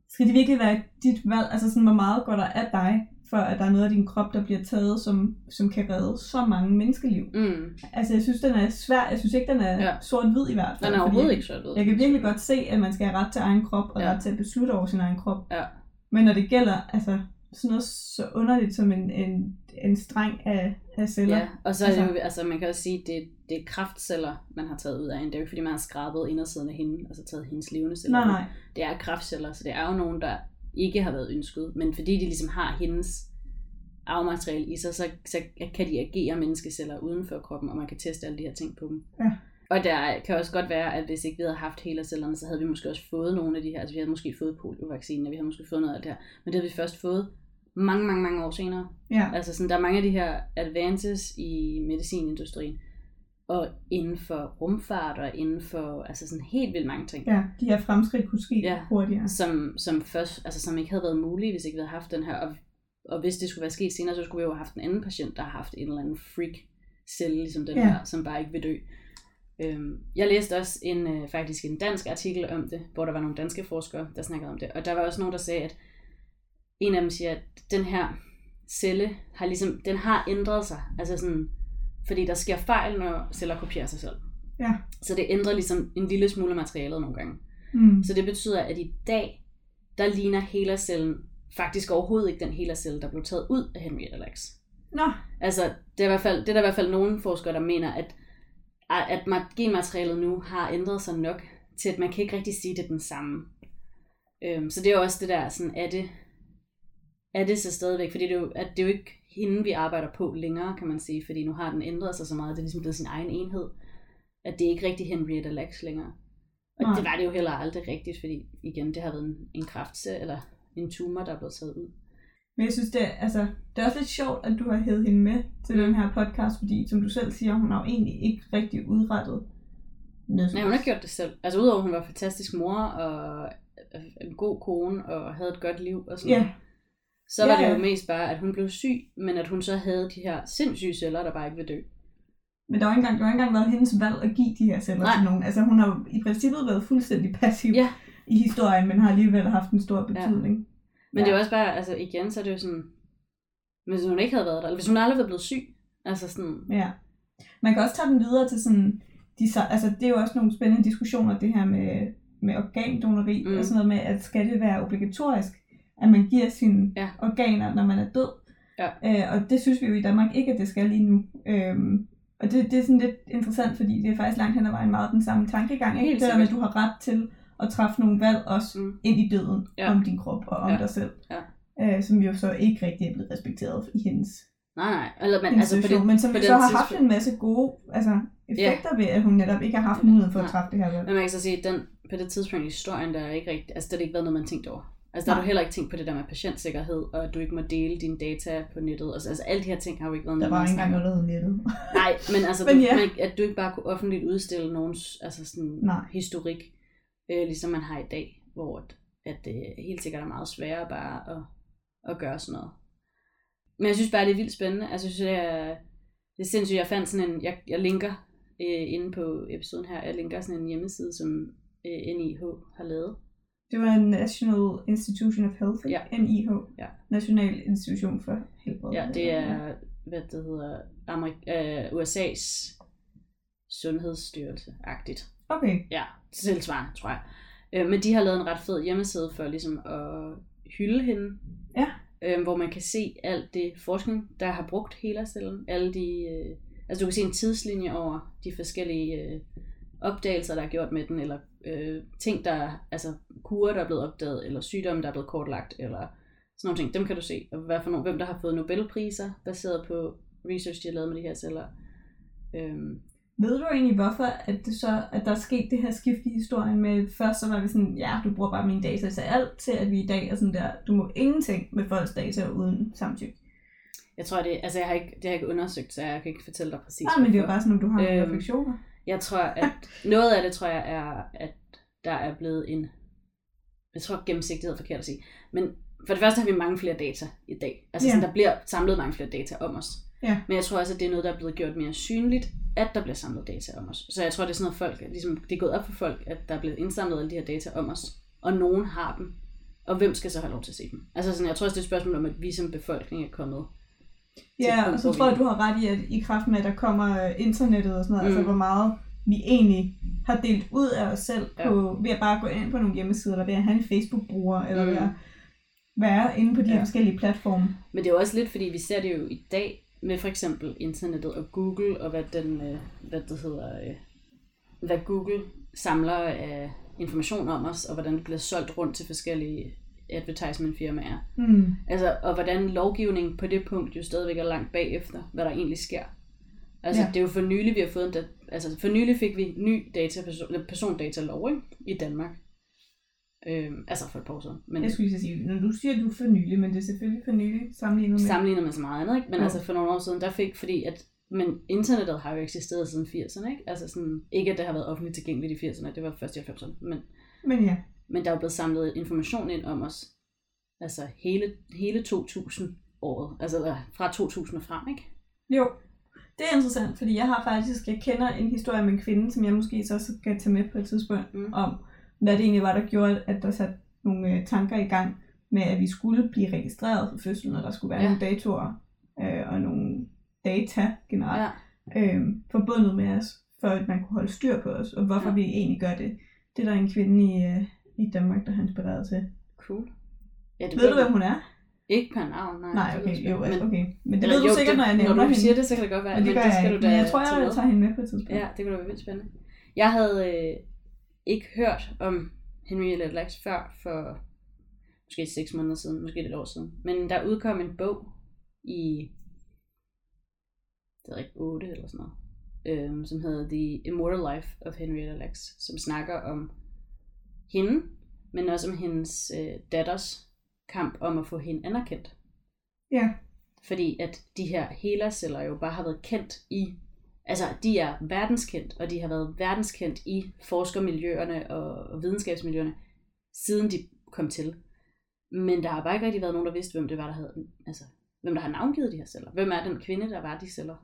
S2: skal det virkelig være dit valg? Altså sådan, hvor meget går der af dig, for at der er noget af din krop, der bliver taget, som, som kan redde så mange menneskeliv?
S1: mm.
S2: Altså jeg synes, den er svær. Jeg synes ikke, den er
S1: Ja.
S2: ja. sort-hvid i hvert fald.
S1: Den er
S2: fordi
S1: overhovedet ikke sådan ud.
S2: jeg kan virkelig godt se, at man skal have ret til egen krop, og
S1: Ja.
S2: ja. ret til at beslutte over sin egen krop.
S1: Ja.
S2: Men når det gælder altså, sådan noget så underligt som en, en, en streng af, af celler,
S1: Ja,
S2: ja.
S1: og så er det jo,
S2: Altså-
S1: altså man kan også sige, det, det er kraftceller, man har taget ud af hende. Det er jo ikke, fordi man har skrabet indersiden af hende, altså taget hendes levende celler.
S2: nej
S1: ud.
S2: nej,
S1: Det er kraftceller, så det er jo nogen, der ikke har været ønsket. Men fordi de ligesom har hendes arvemateriale i sig, så, så kan de agere menneskeceller uden for kroppen, og man kan teste alle de her ting på dem.
S2: Ja.
S1: Og der kan også godt være, at hvis ikke vi havde haft hele cellerne, så havde vi måske også fået nogle af de her. Altså vi havde måske fået poliovaccinen, og vi havde måske fået noget af det her. Men det havde vi først fået mange, mange, mange år senere.
S2: ja.
S1: Altså sådan, der er mange af de her advances i medicinindustrien, og inden for rumfart, og inden for altså sådan helt vildt mange ting,
S2: ja. De her fremskridt kunne ske
S1: Ja.
S2: ja. hurtigere.
S1: som, som, først, altså, som ikke havde været mulige, hvis ikke vi havde haft den her. Og, og hvis det skulle være sket senere, så skulle vi jo have haft en anden patient, der har haft en eller anden freak celle, ligesom den
S2: Ja.
S1: ja. her, som bare ikke vil dø. Øhm, jeg læste også en, øh, faktisk en dansk artikel om det, hvor der var nogle danske forskere, der snakkede om det. Og der var også nogen, der sagde, at en af dem siger, at den her celle har ligesom, den har ændret sig. Altså sådan, fordi der sker fejl, når celler kopierer sig selv.
S2: Ja.
S1: Så det ændrer ligesom en lille smule af materialet nogle gange.
S2: Mm.
S1: Så det betyder, at i dag, der ligner helercellen faktisk overhovedet ikke den helercelle, der blev taget ud af Henrietta Lacks.
S2: Nå,
S1: Altså, det er, i hvert fald, det er der i hvert fald nogle forskere, der mener, at, at ma- genmaterialet nu har ændret sig nok, til at man kan ikke rigtig sige, at det er den samme. Øhm, så det er jo også det der, sådan, er det, er det så stadigvæk? Fordi det er, jo, at det er jo ikke hende, vi arbejder på længere, kan man sige, fordi nu har den ændret sig så meget, det er ligesom blevet sin egen enhed, at det er ikke rigtig Henrietta Lacks længere. Og
S2: Nej.
S1: det var det jo heller aldrig rigtigt, fordi igen, det har været en, en kraftse, eller en tumor, der er blevet taget ud.
S2: men jeg synes, det, er- altså, det er også lidt sjovt, at du har hævet hende med til
S1: Mm.
S2: den her podcast, fordi som du selv siger, hun har jo egentlig ikke rigtig udrettet noget. som
S1: Nej, hun har
S2: helst.
S1: ikke gjort det selv. Altså udover at hun var en fantastisk mor og øh, en god kone og havde et godt liv og sådan
S2: Ja,
S1: noget, så var
S2: Ja,
S1: det jo
S2: ja.
S1: mest bare, at hun blev syg, men at hun så havde de her sindssyge celler, der bare ikke vil dø.
S2: Men der har ikke engang, der har ikke engang været hendes valg at give de her celler
S1: Nej.
S2: Nej. til nogen. Altså hun har jo i princippet været fuldstændig passiv
S1: Ja.
S2: i historien, men har alligevel haft en stor betydning.
S1: Men ja. det er jo også bare, altså igen, så er det jo sådan, hvis hun ikke havde været der, eller hvis hun aldrig var blevet syg, altså sådan,
S2: Ja. ja. Man kan også tage den videre til sådan, de, så- altså det er jo også nogle spændende diskussioner, det her med, med organdonori
S1: Mm.
S2: mm. og sådan noget med, at skal det være obligatorisk, at man giver sine
S1: Ja.
S2: ja. organer, når man er død.
S1: Ja.
S2: Øh, og det synes vi jo i Danmark ikke, at det skal lige nu. Øhm, og det, det er sådan lidt interessant, fordi det er faktisk langt hen ad vejen meget den samme tankegang. Ikke?
S1: Helt
S2: det der med, at
S1: sikkert.
S2: du har ret til at træffe nogle valg også
S1: mm,
S2: ind i døden
S1: Ja.
S2: ja. om din krop og om
S1: Ja.
S2: ja. dig selv.
S1: Ja.
S2: Øh, som jo så ikke rigtig er blevet respekteret i hendes
S1: nej nej, eller man,
S2: men,
S1: altså på
S2: institution,
S1: det,
S2: men som
S1: på
S2: jo
S1: den
S2: så har haft
S1: tidspunkt-
S2: en masse gode altså, effekter ja. ved, at hun netop ikke har haft mulighed for at
S1: Nej.
S2: træffe det her valg.
S1: men man kan så sige, at den, på det tidspunkt i historien, der er ikke rigtig, altså der har det ikke været noget, man tænkte over. Altså der har
S2: Nej.
S1: du heller ikke tænkt på det der med patientsikkerhed, og at du ikke må dele dine data på nettet, altså, altså alle de her ting har jo ikke været
S2: Der
S1: noget,
S2: var
S1: man
S2: ikke engang
S1: snakkede om.
S2: noget, der hed nettet.
S1: Nej, men altså,
S2: Men
S1: du,
S2: ja.
S1: man, at du ikke bare kunne offentligt udstille nogens altså sådan
S2: Nej.
S1: historik, øh, ligesom man har i dag, hvor at, at det helt sikkert er meget sværere bare at, at gøre sådan noget. Men jeg synes bare, det er vildt spændende. Altså, jeg synes, det er, det er sindssygt. Jeg fandt sådan en, jeg, jeg linker øh, inde på episoden her, jeg linker sådan en hjemmeside, som øh, NIH har lavet.
S2: Det var en National Institution of Health,
S1: Ja.
S2: NIH,
S1: Ja.
S2: National Institution for Helbred.
S1: Ja, det er, hvad det hedder, Amerik- øh, USA's sundhedsstyrelse-agtigt.
S2: Okay,
S1: ja, tilsvarende, tror jeg. Øh, men de har lavet en ret fed hjemmeside for ligesom at hylde hende.
S2: Ja.
S1: Øh, hvor man kan se alt det forskning, der har brugt helercellen. Alle de, øh, altså du kan se en tidslinje over de forskellige øh, opdagelser, der er gjort med den, eller øh, ting, der altså kurer, der er blevet opdaget, eller sygdomme, der er blevet kortlagt, eller sådan nogle ting. Dem kan du se. Og hvad for nogle, hvem der har fået Nobelpriser, baseret på research, de har lavet med de her celler. Øhm,
S2: Ved du egentlig, hvorfor at, det så, at der er sket det her skift i historien med, først så var vi sådan, ja, du bruger bare mine data til alt, til at vi i dag er sådan der, du må ingenting med folks data uden samtykke.
S1: Jeg tror, det, altså jeg har ikke, det har jeg ikke undersøgt, så jeg kan ikke fortælle dig præcis.
S2: Nej, men det er jo
S1: hvorfor.
S2: bare sådan, om du har nogle
S1: Øhm,
S2: refleksioner.
S1: Jeg tror, at noget af det tror jeg er, at der er blevet en jeg tror gennemsigtighed er forkert at sige, men for det første har vi mange flere data i dag. Altså
S2: Ja.
S1: sådan, der bliver samlet mange flere data om os.
S2: Ja.
S1: Men jeg tror også, at det er noget, der er blevet gjort mere synligt, at der bliver samlet data om os. Så jeg tror, det er sådan noget, folk, ligesom, det er gået op for folk, at der er blevet indsamlet alle de her data om os, og nogen har dem. Og hvem skal så have lov til at se dem? Altså sådan, jeg tror også, det er et spørgsmål om, at vi som befolkning er kommet. et
S2: Ja,
S1: punkt,
S2: og så
S1: hvor
S2: tror
S1: vi-
S2: jeg, du har ret i, at i kraft med, at der kommer øh, internettet og sådan noget, mm. altså
S1: Mm.
S2: hvor meget vi egentlig har delt ud af os selv
S1: Ja.
S2: ja. på, ved at bare gå ind på nogle hjemmesider, eller ved at have en Facebook-bruger, eller
S1: Mm.
S2: ved at være inde på de ja.
S1: Ja.
S2: her forskellige platforme.
S1: Men det er jo også lidt, fordi vi ser det jo i dag med for eksempel internettet og Google, og hvad, den, øh, hvad det hedder, øh, hvad Google samler af information om os, og hvordan det bliver solgt rundt til forskellige advertisement-firmaer.
S2: Mm.
S1: Altså, og hvordan lovgivningen på det punkt jo stadigvæk er langt bagefter, hvad der egentlig sker. Altså, ja.
S2: Ja.
S1: det er jo for nylig, vi har fået en da- altså, for nylig fik vi ny data, person, eller persondatalov ikke? i Danmark. Øhm, altså for et par år siden. Men
S2: Jeg skulle lige så sige, når du siger, du er for nylig, men det er selvfølgelig for nylig sammenlignet med...
S1: sammenlignet med så meget andet, ikke? Men
S2: Jo.
S1: altså for nogle år siden, der fik, fordi at, men internettet har jo eksisteret siden 80'erne, ikke? Altså sådan, ikke at det har været offentligt tilgængeligt i 80'erne, det var først i 90'erne, men,
S2: Men ja,
S1: men der er jo blevet samlet information ind om os, altså hele, hele 2000 året, altså eller fra 2000 og frem, ikke?
S2: jo. Det er interessant, fordi jeg har faktisk, jeg kender en historie om en kvinde, som jeg måske så skal tage med på et tidspunkt,
S1: Mm.
S2: om, hvad det egentlig var, der gjorde, at der satte nogle øh, tanker i gang med, at vi skulle blive registreret for fødslen, og der skulle være
S1: Ja.
S2: ja. nogle datoer øh, og nogle data generelt
S1: Ja.
S2: øh, forbundet med os, for at man kunne holde styr på os, og hvorfor
S1: Ja.
S2: ja. vi egentlig gør det. Det er der en kvinde i, øh, i Danmark, der har inspireret til.
S1: Cool. Ja, det
S2: Ved du, hvem hun er?
S1: Ikke per navn, nej.
S2: Nej,
S1: det ved
S2: okay,
S1: jeg sgu
S2: jo,
S1: ikke.
S2: men,
S1: Men,
S2: okay. Men det
S1: eller
S2: ved du
S1: jo,
S2: sikkert,
S1: det-
S2: når jeg nævner
S1: Når du
S2: hende.
S1: siger det, så kan det godt være.
S2: men det gør
S1: det
S2: jeg
S1: skal
S2: ikke.
S1: du da
S2: Men jeg tror,
S1: tage med.
S2: jeg tager hende med på et tidspunkt.
S1: Ja, det kunne da være vildt spændende. Jeg havde øh, ikke hørt om Henriette Lacks før for måske 6 måneder siden, måske et år siden. Men der udkom en bog i det ved jeg ikke 8 eller sådan noget, øhm, som hedder The Immortal Life of Henrietta Lacks, som snakker om hende, men også om hendes øh, datters kamp om at få hende anerkendt.
S2: Ja.
S1: Fordi at de her helerceller jo bare har været kendt i, altså de er verdenskendt, og de har været verdenskendt i forskermiljøerne og, og videnskabsmiljøerne, siden de kom til. Men der har bare ikke rigtig været nogen, der vidste, hvem det var, der havde, altså, hvem der har navngivet de her celler. Hvem er den kvinde, der var de celler?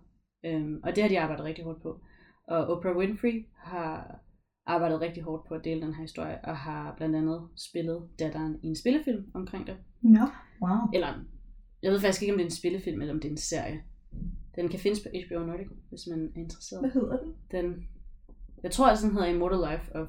S1: Øhm, og det har de arbejdet rigtig hårdt på. Og Oprah Winfrey har arbejdet rigtig hårdt på at dele den her historie, og har blandt andet spillet datteren i en spillefilm omkring det.
S2: Nå, wow.
S1: Eller, jeg ved faktisk ikke, om det er en spillefilm, eller om det er en serie. Den kan findes på HBO Nordic, hvis man er
S2: Hvad
S1: interesseret.
S2: hedder den?
S1: Den, jeg tror, at den hedder Immortal Life of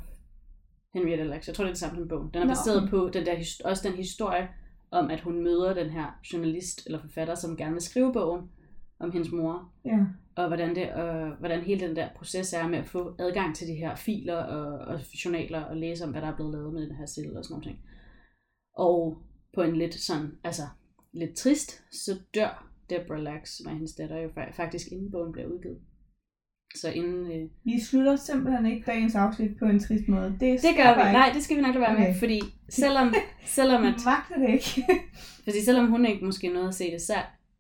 S1: Henrietta Lacks. Jeg tror, det er den samme som bogen. Den er
S2: Nå,
S1: baseret
S2: okay.
S1: på den der, his- også den historie om, at hun møder den her journalist eller forfatter, som gerne vil skrive bogen om hendes mor,
S2: Ja.
S1: og hvordan, det, og hvordan hele den der proces er med at få adgang til de her filer og, og journaler og læse om, hvad der er blevet lavet med den her celle og sådan noget. Og på en lidt sådan, altså lidt trist, så dør Deborah Lax, som er hendes datter, jo fa- faktisk inden bogen bliver udgivet. Så inden... Øh,
S2: Vi slutter simpelthen ikke dagens afsnit på en trist måde. Det,
S1: det gør vi. Nej, det skal vi nok lade være med, okay.
S2: Okay.
S1: fordi selvom, selvom, at,
S2: Man magter det ikke.
S1: fordi selvom hun ikke måske nåede at se det, så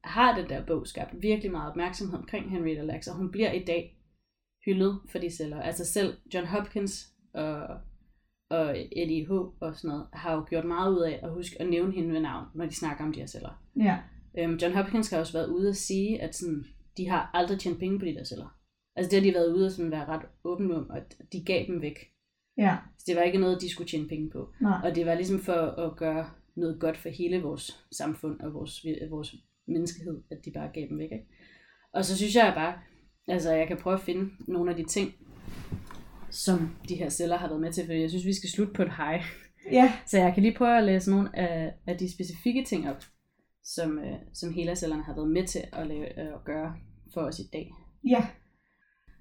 S1: har den der bog skabt virkelig meget opmærksomhed omkring Henrietta Lacks, og hun bliver i dag hyldet for de celler. Altså selv John Hopkins og, og Eddie H. og sådan noget, har jo gjort meget ud af at huske at nævne hende ved navn, når de snakker om de her celler.
S2: ja.
S1: Øhm, John Hopkins har også været ude at sige, at sådan, de har aldrig tjent penge på de der celler. Altså det har de været ude at sådan, være ret åbne om, og de gav dem væk.
S2: Ja.
S1: Så det var ikke noget, de skulle tjene penge på.
S2: Nej.
S1: Og det var ligesom for at gøre noget godt for hele vores samfund og vores, vi- vores menneskehed, at de bare gav dem væk. Ikke? Og så synes jeg bare, altså jeg kan prøve at finde nogle af de ting, som de her celler har været med til, fordi jeg synes, vi skal slutte på et hej.
S2: Ja.
S1: Så jeg kan lige prøve at læse nogle af, af de specifikke ting op, som, øh, som helercellerne har været med til at, lave, øh, at gøre for os i dag.
S2: Ja.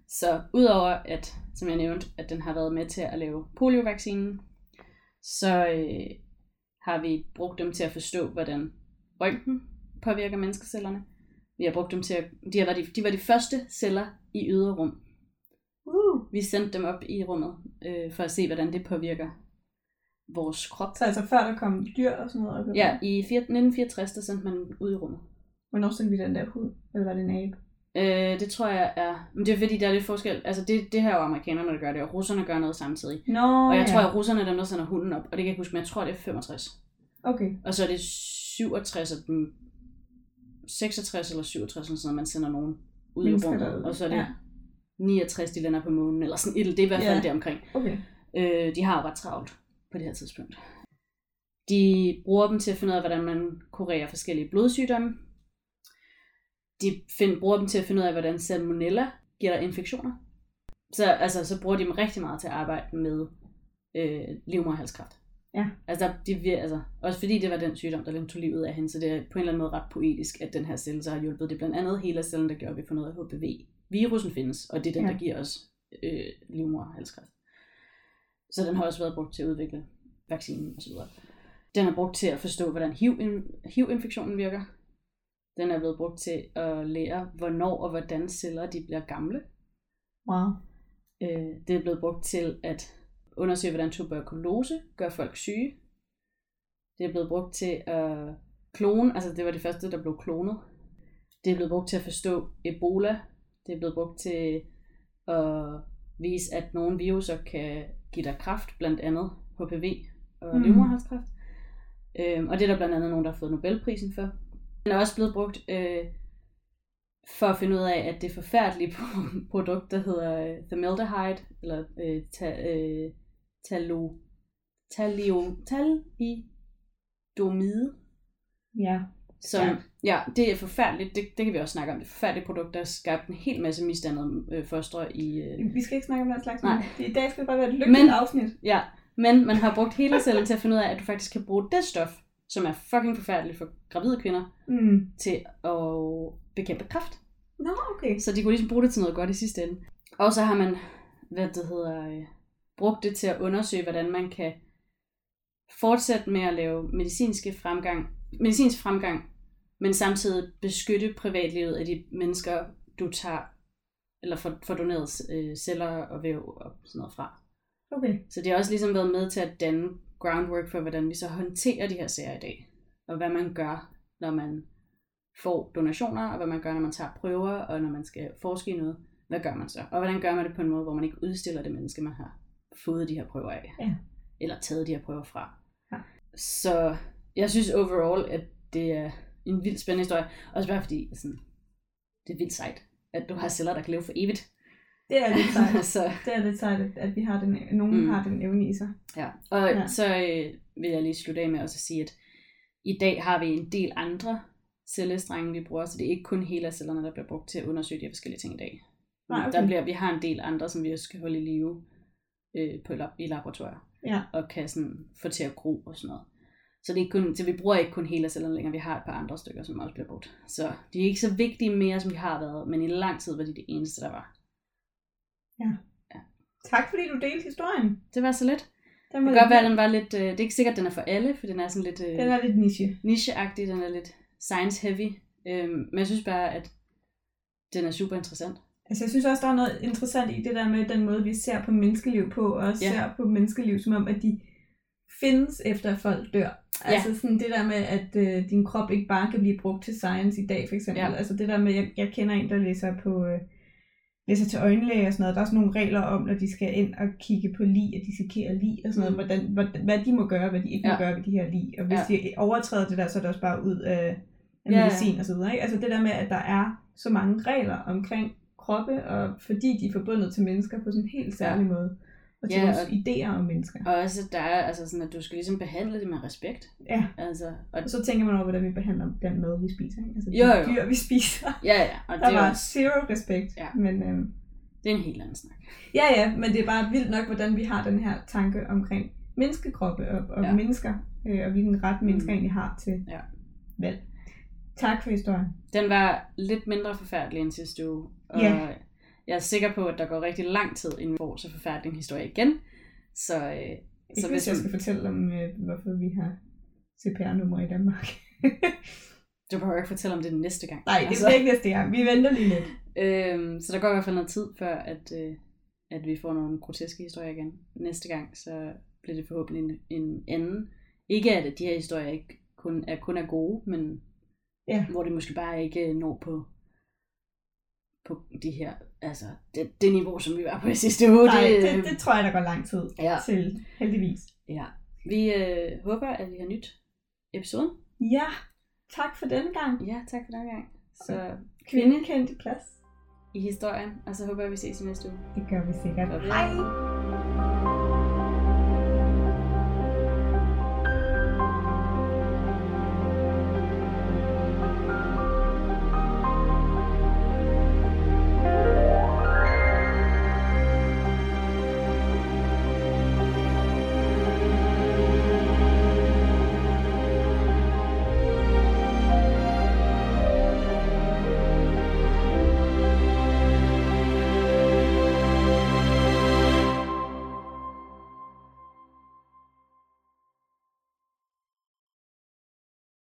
S1: Så udover at, som jeg nævnte, at den har været med til at lave poliovaccinen, så øh, har vi brugt dem til at forstå, hvordan røntgen påvirker menneskecellerne. Vi har brugt dem til at, de, har været de, de var de første celler i yderrum.
S2: Uh.
S1: Vi sendte dem op i rummet øh, for at se, hvordan det påvirker vores krop.
S2: Så altså før der kom dyr og sådan noget? Og
S1: Ja, i fire- 1964, der sendte man dem ud i rummet.
S2: Hvornår sendte vi den der hud? Eller var det en abe?
S1: Øh, det tror jeg er... Men det er fordi, der er lidt forskel. Altså, det, det her er jo amerikanerne, der gør det, og russerne gør noget samtidig.
S2: Nå,
S1: Og jeg
S2: ja.
S1: tror, at russerne er dem, der sender hunden op. Og det kan jeg ikke huske, men jeg tror, det er 65.
S2: Okay.
S1: Og så er det 67 af dem... 66 eller 67, eller sådan noget, man sender nogen ud i
S2: Mennesker
S1: rummet.
S2: derude.
S1: Og så er det
S2: Ja.
S1: ja. 69, de lander på månen, eller sådan et eller det er i hvert fald
S2: Ja.
S1: ja. deromkring.
S2: Okay.
S1: Øh, de har jo ret travlt på det her tidspunkt. De bruger dem til at finde ud af, hvordan man kurerer forskellige blodsygdomme. De find, bruger dem til at finde ud af, hvordan salmonella giver dig infektioner. Så, altså, så bruger de dem rigtig meget til at arbejde med øh, livmoderhalskræft.
S2: Ja.
S1: Altså, der- de, vir- altså, også fordi det var den sygdom, der ligesom tog livet af hende, så det er på en eller anden måde ret poetisk, at den her celle så har hjulpet. Det er blandt andet hele cellen, der gjorde, at vi får noget af HPV. Virusen findes, og det er den,
S2: Ja.
S1: ja. der giver os øh, livmoderhalskræft. Så den har også været brugt til at udvikle vaccinen osv. Den er brugt til at forstå, hvordan HIV, HIV-infektionen virker. Den er blevet brugt til at lære, hvornår og hvordan celler de bliver gamle.
S2: Wow.
S1: Øh, det er blevet brugt til at undersøge, hvordan tuberkulose gør folk syge. Det er blevet brugt til at klone, altså det var det første, der blev klonet. Det er blevet brugt til at forstå Ebola. Det er blevet brugt til at vise, at nogle viruser kan give dig kræft, blandt andet HPV og
S2: Mm.
S1: mm. livmoderhalskræft. Øhm, og det er der blandt andet nogen, der har fået Nobelprisen for. Den er også blevet brugt øh, for at finde ud af, at det forfærdelige pro- produkt, der hedder øh, formaldehyde, eller øh, ta, øh, talo, talio, talidomide,
S2: Ja.
S1: som,
S2: Ja.
S1: ja. ja, det er forfærdeligt, det, det kan vi også snakke om, det er et forfærdeligt produkt, der skabte en hel masse misdannede øh, fostre i... Øh,
S2: Vi skal ikke snakke om den slags.
S1: Nej.
S2: men I dag skal det bare være et lykkeligt
S1: Men-
S2: afsnit.
S1: Ja, men man har brugt hele cellen til at finde ud af, at du faktisk kan bruge det stof, som er fucking forfærdeligt for gravide kvinder,
S2: Mm.
S1: til at bekæmpe kræft.
S2: Nå, okay.
S1: Så de kunne ligesom bruge det til noget godt i sidste ende. Og så har man, hvad det hedder, øh, brugt det til at undersøge, hvordan man kan fortsætte med at lave medicinske fremgang, medicinsk fremgang, men samtidig beskytte privatlivet af de mennesker, du tager, eller får, får doneret øh, celler og væv og sådan noget fra.
S2: Okay.
S1: Så det har også ligesom været med til at danne groundwork for, hvordan vi så håndterer de her sager i dag. Og hvad man gør, når man får donationer, og hvad man gør, når man tager prøver, og når man skal forske i noget. Hvad gør man så? Og hvordan gør man det på en måde, hvor man ikke udstiller det menneske, man har fået de her prøver af?
S2: Ja.
S1: Eller taget de her prøver fra?
S2: Ja.
S1: Så jeg synes overall, at det er en vildt spændende historie. Også bare fordi, sådan, det er vildt sejt, at du har celler, der kan leve for evigt.
S2: Det er lidt sejt.
S1: så
S2: Det er lidt sejt, at- at vi har den, nogen mm.
S1: Mm.
S2: har den evne i sig.
S1: Ja, og
S2: Ja.
S1: ja. så øh, vil jeg lige slutte af med også at sige, at i dag har vi en del andre cellestrenge, vi bruger, så det er ikke kun hele cellerne, der bliver brugt til at undersøge de her forskellige ting i dag.
S2: Nej, okay.
S1: Der bliver, vi har en del andre, som vi også skal holde i live øh, på, lab- i laboratorier,
S2: Ja.
S1: og kan sådan, få til at gro og sådan noget. Så, det er ikke kun, så vi bruger ikke kun hele cellerne længere, vi har et par andre stykker, som også bliver brugt. Så de er ikke så vigtige mere, som de har været, men i lang tid var de det eneste, der var.
S2: Tak fordi du delte historien.
S1: Det var så let.
S2: Den
S1: Det
S2: var
S1: kan godt
S2: lidt-
S1: være, at den var lidt... Øh, det er ikke sikkert, at den er for alle, for den er sådan lidt... Øh,
S2: den er lidt niche.
S1: nicheagtig, den er lidt science heavy, øhm, men jeg synes bare, at den er super interessant.
S2: Altså, jeg synes også, der er noget interessant i det der med den måde, vi ser på menneskeliv på, og også ja.
S1: Ja.
S2: ser på menneskeliv som om, at de findes efter at folk dør. Altså sådan det der med, at øh, din krop ikke bare kan blive brugt til science i dag, for eksempel.
S1: Ja.
S2: Altså det der med, jeg, jeg kender en, der læser på øh, læser til øjenlæge og sådan noget. Der er sådan nogle regler om, når de skal ind og kigge på lig, og dissekere lig og sådan noget.
S1: Mm.
S2: Hvordan, hvordan, hvad de må gøre, hvad de ikke ja. må
S1: Ja.
S2: gøre ved de her lig. Og hvis ja.
S1: Ja.
S2: de overtræder det der, så er det også bare ud af af
S1: Ja, ja.
S2: medicin og så videre. Ikke? Altså det der med, at der er så mange regler omkring kroppe, og fordi de er forbundet til mennesker på sådan en helt særlig ja. måde. Og til ja,
S1: Ja,
S2: vores
S1: og-
S2: idéer om mennesker.
S1: Og også, at der er altså sådan, at du skal ligesom behandle det med respekt.
S2: Ja.
S1: Altså, og,
S2: Og så tænker man over, hvordan vi behandler den mad, vi spiser. Ikke? Altså de
S1: Jo, jo.
S2: dyr, vi spiser.
S1: ja, ja, og det
S2: Der
S1: er,
S2: var
S1: også,
S2: zero respekt.
S1: Ja.
S2: Men, øhm,
S1: det er en helt anden snak.
S2: Ja, ja, men det er bare vildt nok, hvordan vi har den her tanke omkring menneskekroppe og, og ja.
S1: Ja.
S2: mennesker, øh, og hvilken ret mennesker
S1: Mm.
S2: egentlig har til
S1: Ja.
S2: valg. Tak for historien.
S1: Den var lidt mindre forfærdelig end sidste uge, og
S2: Ja.
S1: jeg er sikker på, at der går rigtig lang tid, inden vi får så forfærdelig en historie igen. Så, øh,
S2: Ikke
S1: så
S2: hvis
S1: hvis
S2: jeg
S1: man,
S2: skal fortælle om, øh, hvorfor vi har CPR-nummer i Danmark.
S1: du behøver ikke fortælle om det næste gang. Altså.
S2: Nej, det bliver ikke næste gang. Vi venter lige lidt.
S1: Øhm, så der går i hvert fald noget tid, før at, øh, at vi får nogle groteske historier igen. Næste gang, så bliver det forhåbentlig en, en anden. Ikke at de her historier ikke kun er, kun er gode, men
S2: Ja.
S1: hvor det måske bare ikke når på øh, på de her, altså det, det niveau, som vi var på i sidste uge. øh,
S2: Nej, det, det tror jeg, der går lang tid
S1: ja,
S2: til, heldigvis.
S1: ja. Vi øh, håber, at vi har nyt episoden.
S2: Ja, tak for denne gang.
S1: Ja, tak for den gang. Så
S2: Kvinde kendte plads.
S1: i historien, og så håber jeg, vi ses i næste uge.
S2: Det gør vi sikkert.
S1: Gør vi.
S2: Hej!